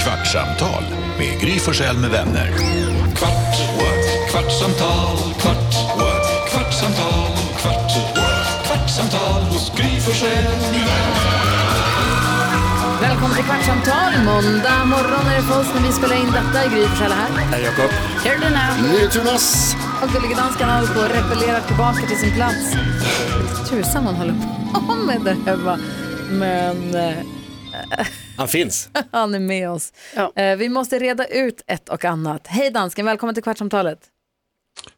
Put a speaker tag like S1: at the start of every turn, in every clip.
S1: Kvartsamtal med Gry Forssell med vänner. Kvart, what? kvartsamtal, kvart, what? kvartsamtal, kvart, what? kvartsamtal hos Gry Forssell med vänner.
S2: Välkommen till Kvartsamtal. Måndag morgon är det för oss när vi spelar in detta. Gry Forssell är här.
S3: Hej Jakob.
S2: Carolina.
S3: NyhetsJonas.
S2: Och Gullige Dansken håller på och rebellerar tillbaka till sin plats. Tusan vad han håller på med där hemma. Men eh,
S3: Han finns.
S2: han är med oss. Eh, vi måste reda ut ett och annat. Hej dansken, välkommen till Kvartsamtalet.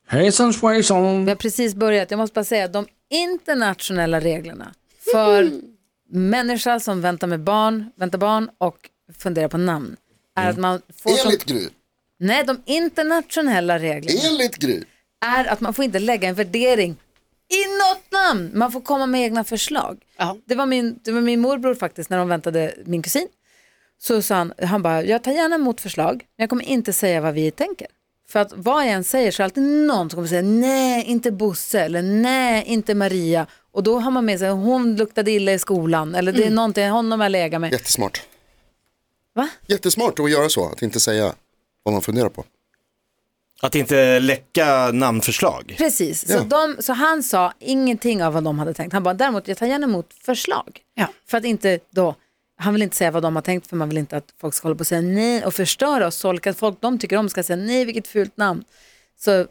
S4: Hejsan
S2: Vi
S4: svejsan!
S2: har precis börjat. Jag måste bara säga, de internationella reglerna för människa som väntar med barn, väntar barn och funderar på namn är att man får som
S5: Enligt Gry.
S2: Nej, de internationella reglerna
S5: Enligt Gry.
S2: är att man får inte lägga en värdering i något namn. Man får komma med egna förslag. Det, var min, det var min morbror faktiskt när de väntade min kusin. Så sa han, han bara, jag tar gärna emot förslag, men jag kommer inte säga vad vi tänker. För att vad jag än säger så är det alltid någon som kommer säga, nej, inte Bosse, eller nej, inte Maria. Och då har man med sig, hon luktade illa i skolan, eller det är någonting, honom jag lägger med.
S5: Jättesmart.
S2: Va?
S5: Jättesmart att göra så, att inte säga vad man funderar på.
S3: Att inte läcka namnförslag.
S2: Precis, så,
S5: Ja.
S2: de, så han sa ingenting av vad de hade tänkt. Han bara, däremot jag tar gärna emot förslag. För att inte då, han vill inte säga vad de har tänkt för man vill inte att folk ska hålla på och säga nej och förstöra och solka. Folk de tycker om ska säga nej, vilket fult namn. Så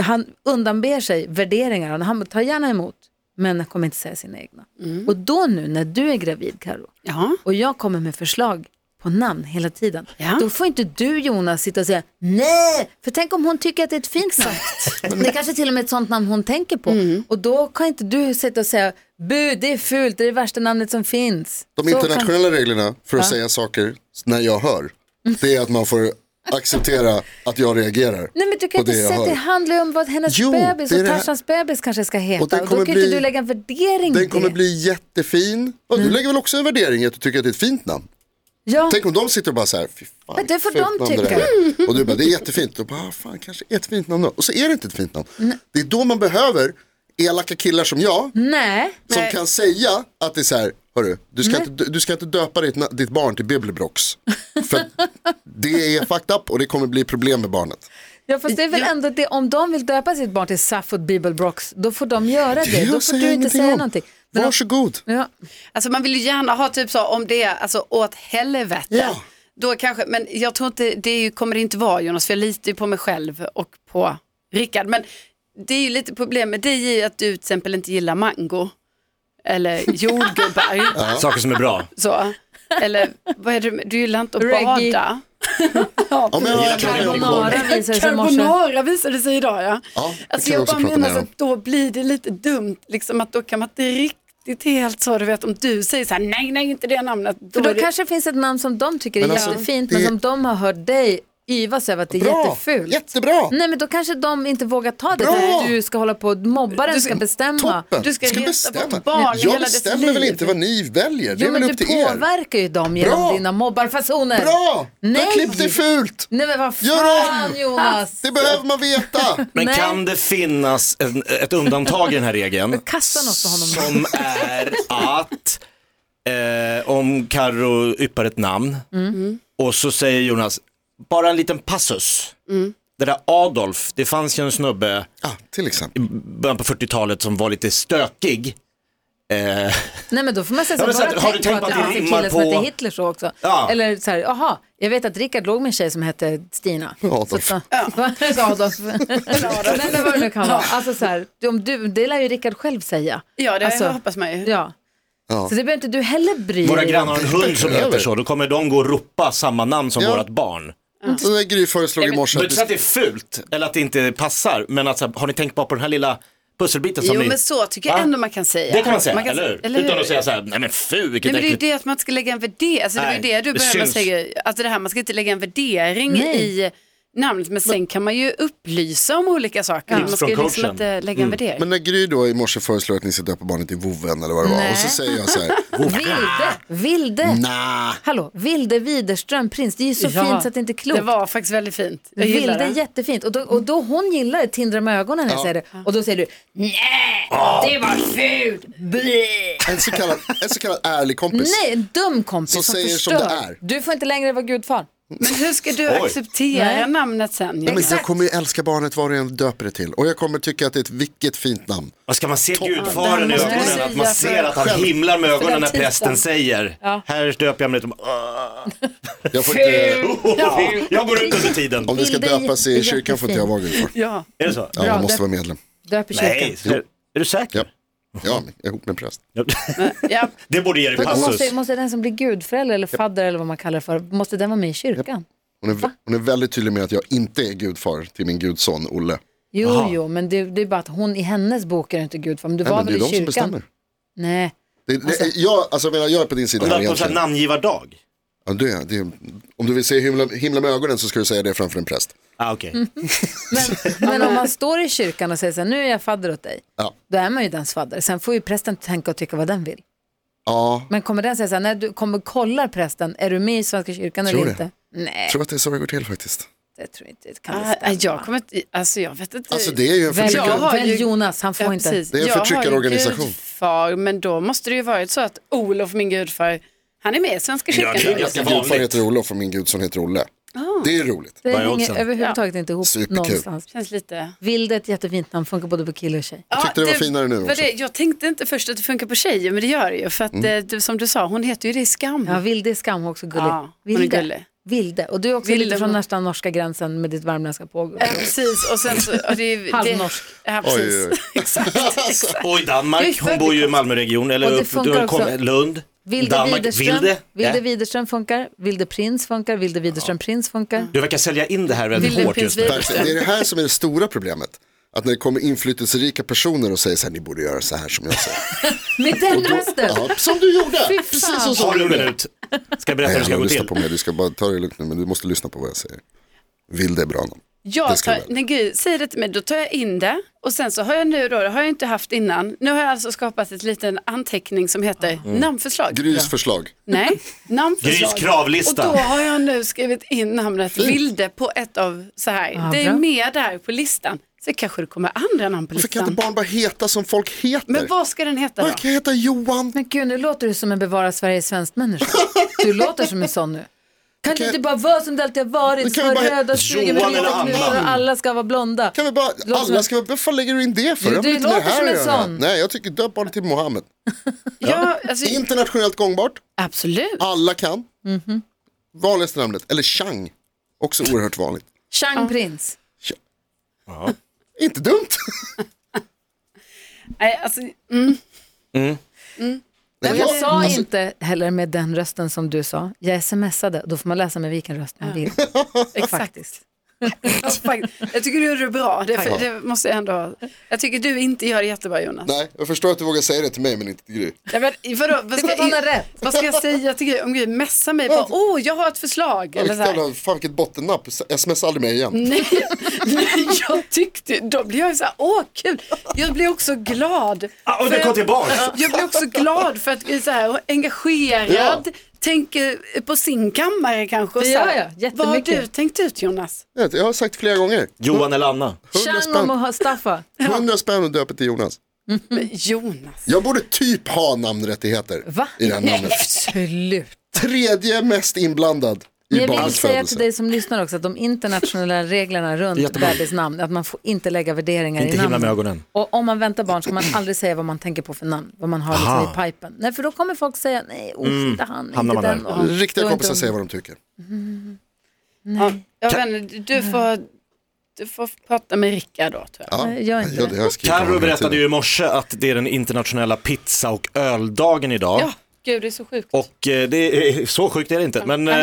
S2: han undanber sig värderingar, han bara, tar gärna emot men kommer inte säga sina egna. Och då nu när du är gravid Karo
S6: Ja.
S2: och jag kommer med förslag på namn hela tiden,
S6: Mm. Ja.
S2: då får inte du Jonas sitta och säga nej, för tänk om hon tycker att det är ett fint namn. Det är kanske till och med ett sånt namn hon tänker på. Och då kan inte du sitta och säga bu, det är fult, det är det värsta namnet som finns.
S5: De
S2: Så kan-
S5: internationella reglerna för att säga saker när jag hör, det är att man får acceptera att jag reagerar
S2: Nej men du kan
S5: på
S2: inte
S5: det jag
S2: säga, det
S5: hör.
S2: handlar ju om vad hennes
S5: Jo,
S2: bebis
S5: det är
S2: och
S5: det här.
S2: Tarzans bebis kanske ska heta.
S5: Och
S2: Och
S5: den
S2: då
S5: kommer
S2: kan
S5: bli-
S2: inte du lägga en värdering i
S5: Den kommer
S2: det. Mm.
S5: bli jättefin. Ja, du lägger väl också en värdering i att du tycker att det är ett fint namn.
S2: Ja,
S5: Tänk om de sitter och bara så här, fy fan,
S2: Men det får
S5: fult
S2: de
S5: namn det
S2: tycka.
S5: där är. Och du bara, det är jättefint. Och bara, ah, fan kanske är ett fint namn då. Och så är det inte ett fint namn. Det är då man behöver elaka killar som jag,
S2: Mm. nej.
S5: som kan säga att det är så här, hörru, du ska, inte, du ska inte döpa ditt, na- ditt barn till Bibelbrox. För att det är fucked up och det kommer bli problem med barnet.
S2: Ja, fast det är väl ändå det, om de vill döpa sitt barn till Safford Bibelbrox, då får de göra det.
S5: jag
S2: Då får
S5: säger
S2: du inte
S5: ingenting
S2: säga
S5: om.
S2: någonting. Men om-
S5: Varsågod.
S2: ja.
S6: Alltså man vill ju gärna ha typ så om det är alltså åt helvete.
S5: Ja.
S6: Då kanske, men jag tror inte, det är ju, kommer det inte vara Jonas, för jag litar ju på mig själv och på Rickard. Men det är ju lite problem med dig är ju att du till exempel inte gillar mango. Eller jordgubbar.
S3: Saker som är bra.
S6: så. Eller vad är det, du gillar inte att
S2: Reggae.
S6: bada.
S5: Om jag har en problem med
S2: Carbonara visade
S5: barnet.
S2: sig i morse.
S6: Carbonara visade sig idag ja.
S5: Ja, det kan
S6: Alltså
S5: vi
S6: jag
S5: också
S6: bara
S5: prata
S6: menar
S5: mer
S6: så
S5: om.
S6: att då blir det lite dumt, liksom att då kan man inte riktigt helt så, du vet om du säger så här, nej, nej, inte det namnet. Då,
S2: För då
S6: är det...
S2: kanske det finns ett namn som de tycker är
S5: Men alltså,
S2: jättefint,
S5: det-
S2: men som de har hört dig yvas över att det är
S5: Bra,
S2: jättefult.
S5: jättebra.
S2: Nej, men då kanske de inte vågar ta det,
S5: Bra.
S2: för att du ska hålla på och mobbaren
S6: Du
S2: ska
S6: ska-
S2: bestämma.
S5: Toppen.
S6: Du ska reta bort barn i
S5: jag
S6: hela dess
S5: bestämmer väl
S6: liv.
S5: inte vad ni väljer. Det är
S2: Jo, men
S5: väl
S2: du
S5: upp till er.
S2: påverkar ju dem genom
S5: Bra.
S2: dina mobbarfasoner.
S5: Bra, du
S2: Nej.
S5: har klippt dig fult.
S2: Nej men vad
S5: Gör
S2: fan
S5: om.
S2: Jonas!
S5: Det behöver man veta.
S3: Men
S2: Nej.
S3: kan det finnas en, ett undantag i den här regeln?
S2: Kasta något på honom.
S3: Som är att eh, om Karo yppar ett namn och så säger Jonas, bara en liten passus. Det där Adolf, det fanns ju en snubbe
S5: Ja, Ah, till exempel.
S3: början på 40-talet som var lite stökig. Eh,
S2: Nej men då får man säga
S3: Ja, men
S2: så,
S3: så
S2: här,
S3: att-
S2: bara
S3: har du
S2: tänk
S3: tänkt
S2: på att
S3: på
S2: det
S3: att
S2: fanns
S3: det
S2: en
S3: rimmar
S2: kille som hette
S3: på-
S2: Hitler så också.
S3: Ja.
S2: Eller så här, jaha, jag vet att Rickard låg med en tjej som hette Stina.
S5: Adolf.
S2: Så, ja. Adolf. Nej men vad det nu kan vara. Alltså så här, du- om du, det lär ju Rickard själv säga.
S6: Ja, det
S2: alltså,
S6: hoppas man ju.
S2: Ja.
S5: Ja.
S2: Så det behöver inte du heller bry
S3: våra
S2: dig om.
S3: grannar har en hund som heter så, då kommer de gå och ropa samma namn som
S5: Ja.
S3: vårt barn.
S5: Så där Gry föreslog i morse
S3: Jag
S5: att du
S3: inte säga att det är fult eller att det inte passar, men att, så här, har ni tänkt bara på den här lilla pusselbiten som
S6: Jo,
S3: ni...
S6: men så tycker jag
S3: Va?
S6: ändå man kan säga.
S3: Det kan man säga, eller, hur?
S6: säga- eller hur?
S3: Utan att säga så här, nej men fy
S6: Nej,
S3: vilket
S6: men det är ju
S3: äckligt.
S6: det att man inte ska lägga en värdering, alltså, det var ju
S3: Nej,
S6: det du
S3: det
S6: började med att
S3: syns.
S6: säga, alltså det här man ska inte lägga en värdering
S2: Nej.
S6: i namnet, men sen kan man ju upplysa om olika saker. Man ska ju
S3: Från
S6: liksom
S3: coachen. Mm.
S6: inte lägga en värdering.
S5: Men när Gry då i morse föreslår att ni ska döpa barnet till Voven eller vad det var.
S2: Nej.
S5: Och så säger jag så här,
S2: Vilde, Vilde,
S5: nah.
S2: hallå, Vilde Widerström Prins, det är ju så
S6: Ja,
S2: fint så att det inte är klokt.
S6: Det var faktiskt väldigt fint. Jag gillar
S2: Vilde är
S6: det.
S2: jättefint och då, och då hon gillar det, tindrar med ögonen när jag säger det och då säger du nej, det var fult, Blä.
S5: En så kallad, en så kallad ärlig kompis.
S2: Nej, en dum kompis
S5: Som
S2: som
S5: säger som
S2: förstör.
S5: det är.
S2: Du får inte längre vara gudfar.
S6: Men hur ska du acceptera
S2: Nej.
S6: namnet sen?
S5: Nej, men jag
S2: Exakt.
S5: kommer ju älska barnet vad du än döper det till. Och jag kommer tycka att det är ett vilket fint namn.
S3: Och ska man se
S6: Ja,
S3: gudfaren i
S6: det måste
S3: ögonen?
S6: jag
S3: Att man
S6: säga
S3: ser
S6: för-
S3: att han
S5: Själv-
S3: himlar med ögonen när
S2: titeln.
S3: prästen säger Här döper jag mig till...
S5: Jag får inte,
S3: oh. Jag går ut under tiden.
S5: om det ska
S2: Vilde är
S5: döpas i
S2: jätte-
S5: kyrkan får inte jag vara gudfar.
S6: Ja.
S3: Är det så?
S5: Ja,
S2: Bra,
S5: man måste
S2: döp-
S5: vara medlem.
S2: Döp i kyrkan.
S3: Nej, är, är du säker?
S5: Ja, men jag är ihop med en präst.
S6: ja.
S3: Det borde ge dig
S2: Och
S3: passus.
S2: Måste, måste den som blir gudförälder eller fadder eller vad man kallar det för, måste den vara med i kyrkan?
S5: Hon är, hon är väldigt tydlig med att jag inte är gudfar till min gudson Olle.
S2: Jo, jo, men det, det är bara att hon i hennes bok är inte gudfar, men du
S5: Nej,
S2: var
S5: men det
S2: väl
S5: är
S2: i
S5: de som
S2: kyrkan?
S5: bestämmer.
S2: Nej,
S5: Det, det, jag, alltså, jag menar, jag är på din sida
S3: Om du
S5: här
S3: har på så här
S5: egentligen.
S3: namngivardag?
S5: Ja, det, är- det, är- om du vill se himla, himla med ögonen så ska du säga det framför en präst.
S3: Ah, okej.
S6: Mm.
S2: men, men om man står i kyrkan och säger så här, nu är jag fadder åt dig,
S5: Ja.
S2: då är man ju dens fadder. Sen får ju prästen tänka och tycka vad den vill.
S5: Ja,
S2: Men kommer den säga så här, när du kommer kollar prästen, är du med i Svenska kyrkan
S5: Tror
S2: eller
S5: det.
S2: inte? Nej,
S5: jag tror att det är så det går till faktiskt.
S2: det tror jag inte. Det kan
S6: Ah,
S2: det stämma.
S6: jag kommer inte, alltså jag vet inte.
S5: Alltså det är ju en
S2: Välj,
S6: Jag
S5: förtryckare.
S6: har
S2: välj
S6: ju-
S2: Jonas, han får
S6: Ja,
S2: inte.
S6: precis.
S5: Det är en
S6: Jag har ju
S5: förtryckarorganisation.
S6: Gudfar, men då måste det ju varit så att Olof, min gudfar, han är med i Svenska
S3: Ja, det är
S6: kyrkan.
S3: ganska
S5: Min
S3: vanligt.
S5: gudfar heter Olof och min gudson heter Olle.
S2: Ah.
S5: Det är roligt.
S2: Det
S3: Vad är
S2: hänger
S3: oddsen?
S2: överhuvudtaget inte ihop
S5: Superkul.
S2: någonstans.
S6: känns lite...
S2: Vilde är ett jättefint namn, funkar både på kille och tjej.
S5: tyckte det var finare nu också. Mm.
S6: det, jag tänkte inte först att det funkar på tjejer, men det gör det ju. För att eh, du, som du sa, hon heter ju det i Skam.
S2: Ja, Vilde är skam också gullig.
S6: Ja, hon är
S2: Vilde.
S6: gullig.
S2: Vilde. Och du är också
S6: Vilde
S2: lite från
S6: hon-
S2: nästan norska gränsen med ditt värmländska påg.
S6: Ja, precis. Och sen så... Och det, är ju- det,
S2: Halvnorsk.
S6: Ja,
S5: Oj,
S6: precis.
S5: oj,
S6: Exakt. exakt.
S3: Och i
S6: Det
S3: Danmark,
S6: är
S3: hon bor ju i
S6: väldigt
S3: Malmöregion, eller
S2: Och det
S3: upp,
S2: funkar
S3: du kom,
S2: också.
S3: Lund.
S2: Vilde Widerström,
S3: Vilde?
S2: Vilde
S3: Ja.
S2: Widerström funkar, Vilde Prins funkar, Vilde Widerström Prins funkar.
S3: Du verkar sälja in det här väldigt
S6: Vilde
S3: hårt
S6: Prins
S3: just nu.
S6: Wilhelm.
S5: Verkligen. Det är det här som är det stora problemet. Att när det kommer inflytelserika personer och säger så här, ni borde göra så här som jag säger.
S2: Med den rösten!
S5: Ja, som du gjorde!
S2: Fy fan.
S5: Precis som så
S3: Har du
S5: du
S3: en
S5: gjorde.
S3: minut? Ska jag berätta
S5: Nej,
S3: hur det ska
S5: jag
S3: gå
S5: lyssnar
S3: till?
S5: på mig, du ska bara ta det lugnt nu, men du måste lyssna på vad jag säger. Vill det är bra någon. Det
S6: Jag
S5: ska
S6: tar,
S5: väl.
S6: nej, gud, säger det till mig, då tar jag in det och sen så har jag nu då, det har jag inte haft innan, nu har jag alltså skapat ett liten anteckning som heter
S5: Mm.
S6: namnförslag.
S5: Grys förslag.
S6: Nej, namnförslag.
S3: Grys kravlista.
S6: Och då har jag nu skrivit in namnet Vilde på ett av så här.
S2: Ja,
S6: det är
S2: bra.
S6: med där på listan. Så kanske det kommer andra namn på
S5: Varför kan
S6: listan.
S5: inte barn bara heta som folk heter?
S6: Men vad ska den heta då?
S5: Varför kan jag heta Johan?
S2: Men gud, nu låter du som en bevara Sverige svenskt människa. Du låter som en sån nu. Kan du
S5: Kan-
S2: inte bara vara som det alltid har varit?
S5: Men
S2: Som
S5: kan vi
S2: har
S5: bara-
S2: röda stugor med
S3: Johan eller
S2: vita knutar
S3: Anna?
S2: och alla ska vara blonda.
S5: Kan vi bara,
S2: som en-
S5: alla ska vara, varför lägger du in det för?
S2: Du-
S5: Det har
S2: du
S5: väl inte med
S2: låter
S5: här
S2: som
S5: att
S2: en
S5: göra.
S2: sån.
S5: Nej, jag tycker döp barnet till Mohammed.
S6: Ja, alltså,
S5: Internationellt gångbart,
S6: absolut.
S5: alla kan.
S2: Mhm.
S5: Vanligaste namnet, eller Chang. Också oerhört vanligt.
S2: Chang Prins.
S5: Inte dumt.
S6: Nej, alltså,
S2: Men
S5: Ja,
S2: jag sa
S5: alltså-
S2: inte heller med den rösten som du sa. Jag smsade, då får man läsa med vilken röst man vill.
S6: exakt.
S2: Faktiskt.
S6: Alltså, faktiskt. jag tycker du gör det bra. Det, för, det måste jag ändå. Jag tycker du inte gör det jättebra Jonas.
S5: Nej, jag förstår att du vågar säga det till mig men inte till Gry.
S6: Nej, men, vadå, vad,
S2: för
S6: ska
S2: att han har
S6: jag,
S2: rätt.
S6: vad ska jag säga till Gry? Om Gry messar mig bara, åh, jag har ett förslag.
S5: Ja,
S6: Eller
S5: vilket
S6: så här.
S5: jävla, fan vilket bottennapp, sms aldrig mig igen.
S6: Nej, nej, jag tyckte, då blir jag ju så här, åh kul. Jag blir också glad.
S3: Ah, och
S6: För
S3: det kom
S6: att-
S3: tillbaks!
S6: Jag blir också glad för att vi är så här engagerad, tänker på sin kammare kanske. och så här.
S2: Ja, ja, jättemycket.
S6: Vad har du tänkt ut Jonas?
S5: Jag vet, Jag har sagt flera gånger,
S3: Johan eller Anna?
S5: 100
S2: Mm. Chang och
S5: spänn,
S2: Mustafa.
S5: 100 spänn och döpet till Jonas.
S2: Mm.
S6: Men Jonas.
S5: Jag borde typ ha namnrättigheter
S2: Va?
S5: i det här namnet.
S2: Absolut.
S5: Tredje mest inblandad
S2: Men
S5: i
S2: jag vill
S5: barns
S2: säga till
S5: födelse.
S2: dig som lyssnar också att de internationella reglerna runt bebisnamn, att man får inte lägga värderingar i
S3: Inte
S2: namnen.
S3: himla med ögonen.
S2: Och om man väntar barn ska man aldrig säga vad man tänker på för namn, vad man har liksom
S3: Aha. Mm.
S2: i pipen. Nej, för då kommer folk säga, nej, oh, inte han, inte
S3: hamnar man
S2: den.
S3: där.
S2: och-
S5: Riktiga
S2: och inte
S5: kompisar
S2: de.
S5: säger vad de tycker.
S6: Ja, jag vet inte, du
S2: Mm.
S6: får, du får prata med Rickard då tror jag.
S5: Ja,
S2: Nej, gör inte
S5: ja,
S2: det.
S5: det har jag skrivit om
S3: Carro
S5: hela
S3: berättade
S5: tiden.
S3: ju i morse att det är den internationella pizza och öldagen idag.
S6: Ja, gud det är så sjukt.
S3: Och eh, det är, så sjukt är det inte, men eh,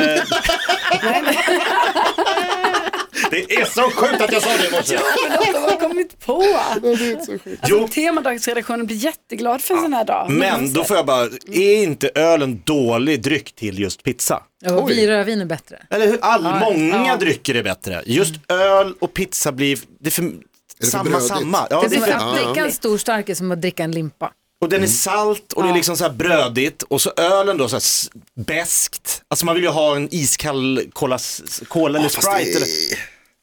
S3: Det är så sjukt att jag sa det i morse.
S6: Förlåt, vad har jag kommit på?
S5: Det är så sjukt.
S3: Jo.
S6: Alltså, temadagsredaktionen blir jätteglad för en sån här dag.
S3: Men då får jag bara, är inte ölen dålig dryck till just pizza?
S2: Och
S5: Oj.
S2: vi rödvin är bättre.
S3: Eller hur? All, många drycker är bättre. Just
S2: Mm.
S3: öl och pizza blir, det är för,
S5: för
S3: samma,
S5: brödigt?
S3: samma. Ja,
S2: det är som
S3: för,
S2: att dricka en stor stark är som att dricka en limpa.
S3: och
S5: Mm.
S3: den är salt och det är liksom så här brödigt och så ölen då så här s- beskt. Alltså man vill ju ha en iskall cola, s- cola eller
S5: Fast
S3: sprite.
S5: det
S3: Eller,
S5: är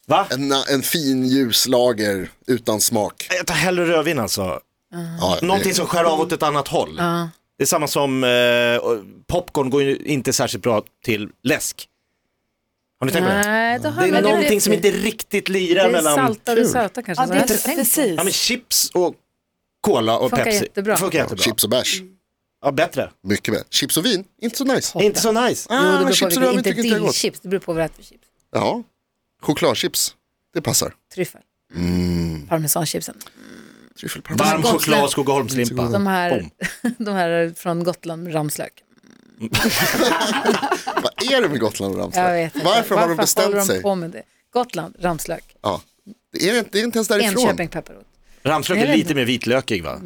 S3: va?
S5: en, en fin ljuslager utan smak.
S3: Jag tar hellre rödvin alltså.
S5: Ja, det-
S3: Någonting som skär av åt ett annat håll. Det är samma som eh, popcorn går ju inte särskilt bra till läsk. Har ni tänkt på det?
S2: Nej, då har
S3: Det
S2: men
S3: är någonting som
S2: det-
S3: inte riktigt
S2: Det
S3: lirar
S2: är
S3: mellan
S2: saltade och söta kanske.
S6: Ja,
S2: så jag har inte
S6: det är
S2: tänkt på det.
S6: precis.
S3: ja, men chips och cola och
S2: Funkar
S3: Pepsi.
S2: jättebra.
S3: Funkar jättebra.
S5: Chips och bärs,
S3: Ja, bättre.
S5: mycket bättre. Chips och vin, inte så nice.
S3: Inte så nice. Mm.
S2: Jo, det
S5: Ah,
S2: beror
S5: chips
S2: på
S5: och rödvin
S2: vilket.
S5: tycker
S2: Inte
S5: inte jag är gott.
S2: dillchips, det beror på vad det är för chips.
S5: Ja, chokladchips, det passar.
S2: Tryffel. Parmesanchipsen.
S5: Tryffelparmesan.
S3: Varm
S2: Gott
S3: choklad,
S2: släpp. Mm.
S3: Skogaholmslimpa.
S5: Mm.
S2: De här,
S3: Bom.
S2: de här från Gotland, ramslök.
S5: Vad är det med Gotland och
S2: Jag
S5: Ramslök?
S2: vet inte.
S5: Varför har de
S2: håller
S5: bestämt
S2: de
S5: sig?
S2: på med det? Gotland, ramslök.
S5: Ja. Det, är, inte- det är inte ens därifrån.
S2: Enköping, pepparrot.
S3: Ramslök
S2: Jag
S3: är
S2: vet Mm,
S3: lite mer vitlökig va?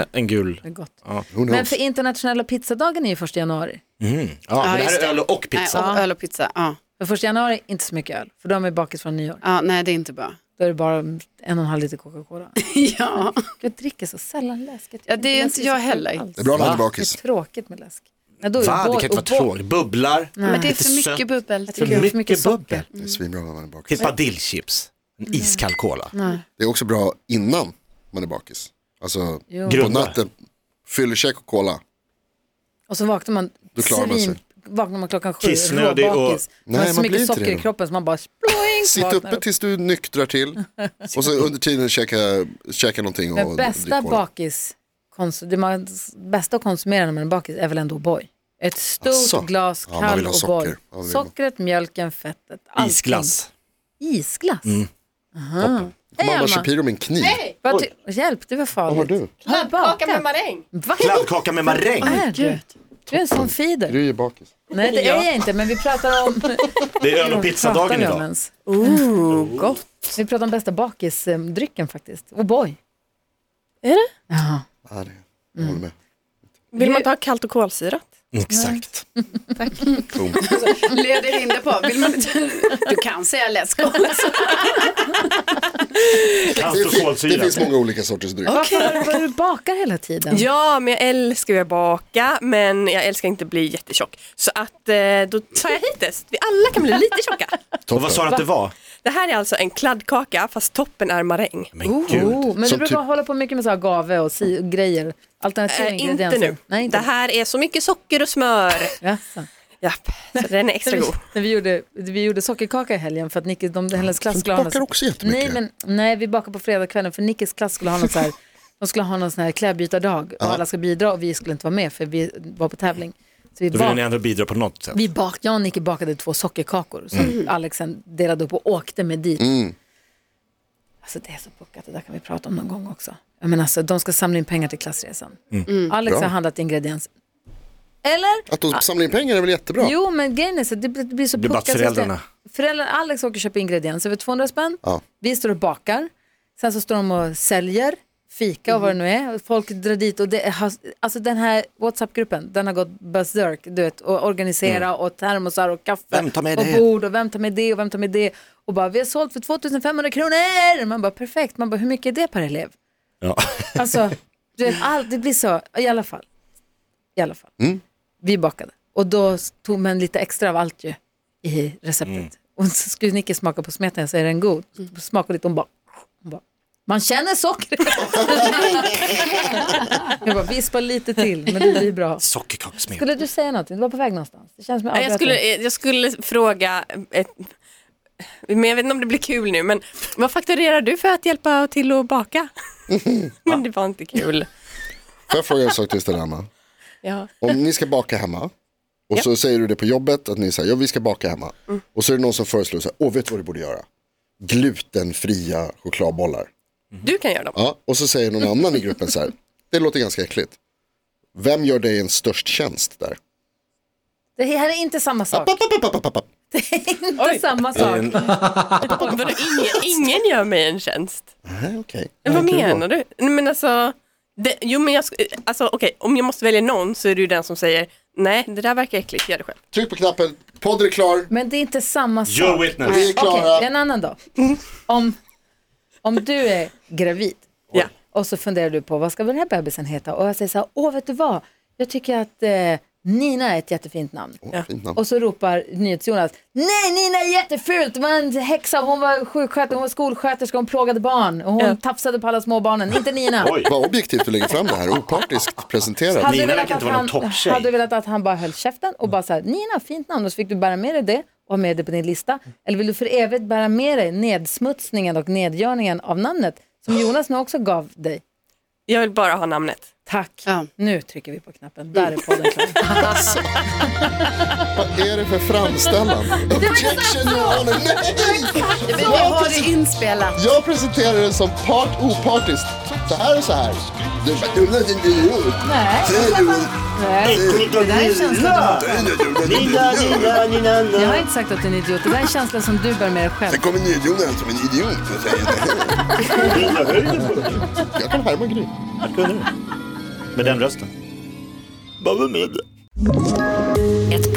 S3: Ä- En gul.
S2: Det är gott.
S5: Who
S2: Men
S5: knows?
S2: för internationella pizzadagen är ju första januari.
S3: Ja, men det här
S6: just det.
S3: är öl och pizza.
S6: Nej, och öl och pizza, ja.
S2: För första januari, inte så mycket öl. För då är man ju bakis från nyår.
S6: ja. Nej, det är inte bra.
S2: Då är det bara en och en halv liter Coca-Cola.
S6: ja.
S2: Jag dricker så sällan läsk. Jag
S6: Ja,
S2: tycker
S6: det
S2: läsk
S6: är inte
S2: så
S6: jag
S2: kul
S6: heller.
S2: alls.
S5: Det är bra när man är
S3: Va?
S2: Det är
S5: bakis.
S2: tråkigt med läsk. Ja, då är
S3: Va? Det
S2: bo-
S3: kan inte vara
S2: och bo-
S3: tråkigt. Bubblar.
S6: Men det är
S3: Lite
S6: för
S3: sött.
S6: mycket bubbel.
S2: Jag tycker det är för mycket socker.
S5: Det är svinbra när man är bakis.
S3: Finns badillchips. En iskall cola.
S5: Det är också bra innan man är bakis. Alltså på
S3: Grunda.
S5: natten, fyllercheck och cola.
S2: Och så vaknar man,
S5: Då klarar man
S2: svin, vaknar man klockan sju,
S3: Kissnödig och-
S2: råbakis. Man har
S5: Nej,
S2: så
S5: man blir
S2: mycket
S5: inte
S2: socker
S5: det
S2: i
S5: då.
S2: kroppen så man bara sploing,
S5: Sitt
S2: vaknar
S5: uppe tills du nyktrar till och så under tiden käka, käka någonting. Och
S2: Den bästa
S5: drick cola.
S2: bakis, kons- det man, bästa att konsumera när man är bakis är väl ändå O'boy. Ett stort
S5: Asså.
S2: glas
S5: Alltså, Ja, man
S2: kall
S5: vill ha
S2: O'boy.
S5: socker. Ja, det vill man.
S2: Sockret, mjölken, fettet, allting.
S3: Isglass.
S2: Isglass?
S5: Mm.
S2: Hej
S5: Mamma
S2: Alma.
S5: Shapiro med en kniv.
S2: Vad ty- Hjälp, det var farligt.
S5: Vad har du?
S2: Vad bakar?
S7: Kladdkaka med maräng.
S2: Vad
S3: Kladdkaka med maräng.
S2: är du? Du är en sån fider.
S5: Du är ju bakis.
S2: Nej, det är
S3: Ja.
S2: jag inte, men vi pratar om...
S3: Det är öl och
S2: Pratar
S3: pizzadagen
S2: vi om
S3: idag.
S2: ens? Ooh, gott. Vi pratar om bästa bakisdrycken faktiskt. O'boy.
S7: Är det?
S2: Ja.
S5: Ja, det jag
S2: Mm.
S5: håller med.
S7: Vill man inte ha kallt och kolsyrat?
S3: Mm, Exakt.
S6: Leder in det på. Vill man... Du kan säga läsk också.
S5: Det,
S3: Kallt och
S5: fin- det
S3: kolsyra.
S5: finns många olika sorters dryck.
S2: Varför vad du bakar hela tiden?
S7: Ja, men jag älskar ju att baka men jag älskar inte att bli jättetjock. Så att eh, då tar jag hit det. så att Vi alla kan bli lite tjocka.
S3: Och vad sa du att det var?
S7: Det här är alltså en kladdkaka fast toppen är maräng.
S3: Men gud.
S2: Oh. men du
S5: Som
S2: brukar
S5: typ-
S2: hålla på mycket med så här gave och si och grejer. Alternativa
S7: Eh, inte
S2: ingredienser.
S7: nu.
S2: Nej, inte
S7: det här är så mycket socker och smör.
S2: nu. Jaså.
S7: Japp, så den är
S2: När
S7: extra
S2: vi,
S7: god.
S2: när vi, gjorde, vi gjorde sockerkaka i helgen för att Nickes, de, hennes klass
S5: Som
S2: skulle ha
S5: bakar
S2: något-
S5: också jättemycket.
S2: nej, men, nej, vi bakar på fredagskvällen för Nickes klass skulle ha något så här, de skulle ha någon sån här klädbytardag och alla ska bidra och vi skulle inte vara med för vi var på tävling. Så vi
S3: Då vill
S2: bak-
S3: ni ändå bidra på något sätt.
S2: Vi bak, jag och Nicky bakade två sockerkakor som Alex sen delade upp och åkte med dit. Alltså det är så puckat, det där kan vi prata om någon gång också. Jag menar alltså, de ska samla in pengar till klassresan. Alex har handlat ingredienser. Eller?
S5: Att de samlar in pengar är väl jättebra?
S2: Jo, men grejen är så, det blir, det blir så
S3: blir bara
S2: puckat. så
S3: föräldrarna.
S2: att det- Föräldrarna, Alex åker och köper ingredienser för 200 spänn.
S5: Ja.
S2: Vi står och bakar. Sen så står de och säljer fika och vad det nu är. Folk drar dit och det har, alltså den här WhatsApp-gruppen, den har gått berserk, du vet, och organisera och termosar och kaffe
S3: Mm. Vem tar med
S2: och
S3: det?
S2: bord och vem tar med det och vem tar med det och bara vi har sålt för 2500 kronor. Man bara perfekt, man bara hur mycket är det per elev?
S3: Ja.
S2: Alltså, du vet, allt, det blir så, i alla fall. I alla fall. Vi bakade. Och då tog man lite extra av allt ju i receptet. Och så skulle Nicke smaka på smeten, jag säger den god.
S7: Mm.
S2: Smaka lite, hon bara, hon bara man känner sockret. jag bara vispa lite till, men det blir bra.
S3: Sockerkakssmet.
S2: Skulle du säga någonting? Du var på väg någonstans. Det känns som
S7: Nej, Jag
S2: avbröt
S7: skulle,
S2: dig.
S7: eh, jag skulle fråga, ett, men jag vet inte om det blir kul nu, men vad fakturerar du för att hjälpa till att baka? men det var inte kul.
S5: Får jag fråga en sak till Stella Anna?
S7: Ja.
S5: Om ni ska baka hemma och så säger du det på jobbet att ni säger ja vi ska baka hemma.
S2: Mm.
S5: Och så är det någon som föreslår så här, åh vet du vad du borde göra? Glutenfria chokladbollar.
S7: Du kan göra dem.
S5: Ja, och så säger någon annan i gruppen så här, det låter ganska äckligt. Vem gör dig en störst tjänst där?
S2: Det här är inte samma sak.
S5: App, app, app, app, app, app.
S2: Det är inte samma sak.
S3: En,
S7: Vadå, ingen, ingen gör mig en tjänst.
S5: Nej, okej.
S7: Men vad
S5: Nej, kul
S7: menar
S5: val.
S7: du? Nej, Men alltså, det, jo men jag, sk- alltså okej, om jag måste välja någon så är det ju den som säger nej, det där verkar äckligt, gör det själv.
S5: Tryck på knappen, podden är klar,
S2: Men det är inte samma sak.
S3: your witness.
S5: vi är klara.
S2: Okej, en annan dag. Om, om du är gravid
S7: Ja.
S2: och så funderar du på vad ska väl den här bebisen heta? Och jag säger så här, åh vet du vad, jag tycker att eh, Nina är ett jättefint namn.
S5: Fint namn.
S2: Och så ropar NyhetsJonas, nej Nina är jättefult, hon var en häxa, hon var sjuksköterska, hon var skolsköterska, hon plågade barn och hon
S7: Ja.
S2: tafsade på alla småbarnen, inte Nina.
S3: Oj.
S5: Vad objektivt du lägger fram det här, opartiskt presenterat.
S2: Hade
S3: Nina
S2: velat
S3: verkar inte
S2: att
S3: vara någon
S2: han-
S3: topptjej.
S2: Hade velat att han bara höll käften och bara så här, Nina, fint namn, och så fick du bära med dig det och ha med det på din lista. Eller vill du för evigt bära med dig nedsmutsningen och nedgörningen av namnet som Jonas nu också gav dig?
S7: Jag vill bara ha namnet.
S2: Tack.
S6: Ja.
S2: Nu trycker vi på knappen. Där är podden klar.
S5: Alltså, vad är det för framställan? Objection your honor, nej!
S6: Vi har det inspelat.
S5: Jag presenterar det som part opartiskt. Så här och så här. Du bara, du lät inte ju.
S2: Nej. Nej. Det där är känslan. Jag har inte sagt att du är en idiot. Det där är känslan som du bär med dig själv.
S5: Sen kommer Nyhetsjonas som en idiot och säger det. Jag kan härma Gry.
S3: Med den rösten. Vad med?
S8: Ett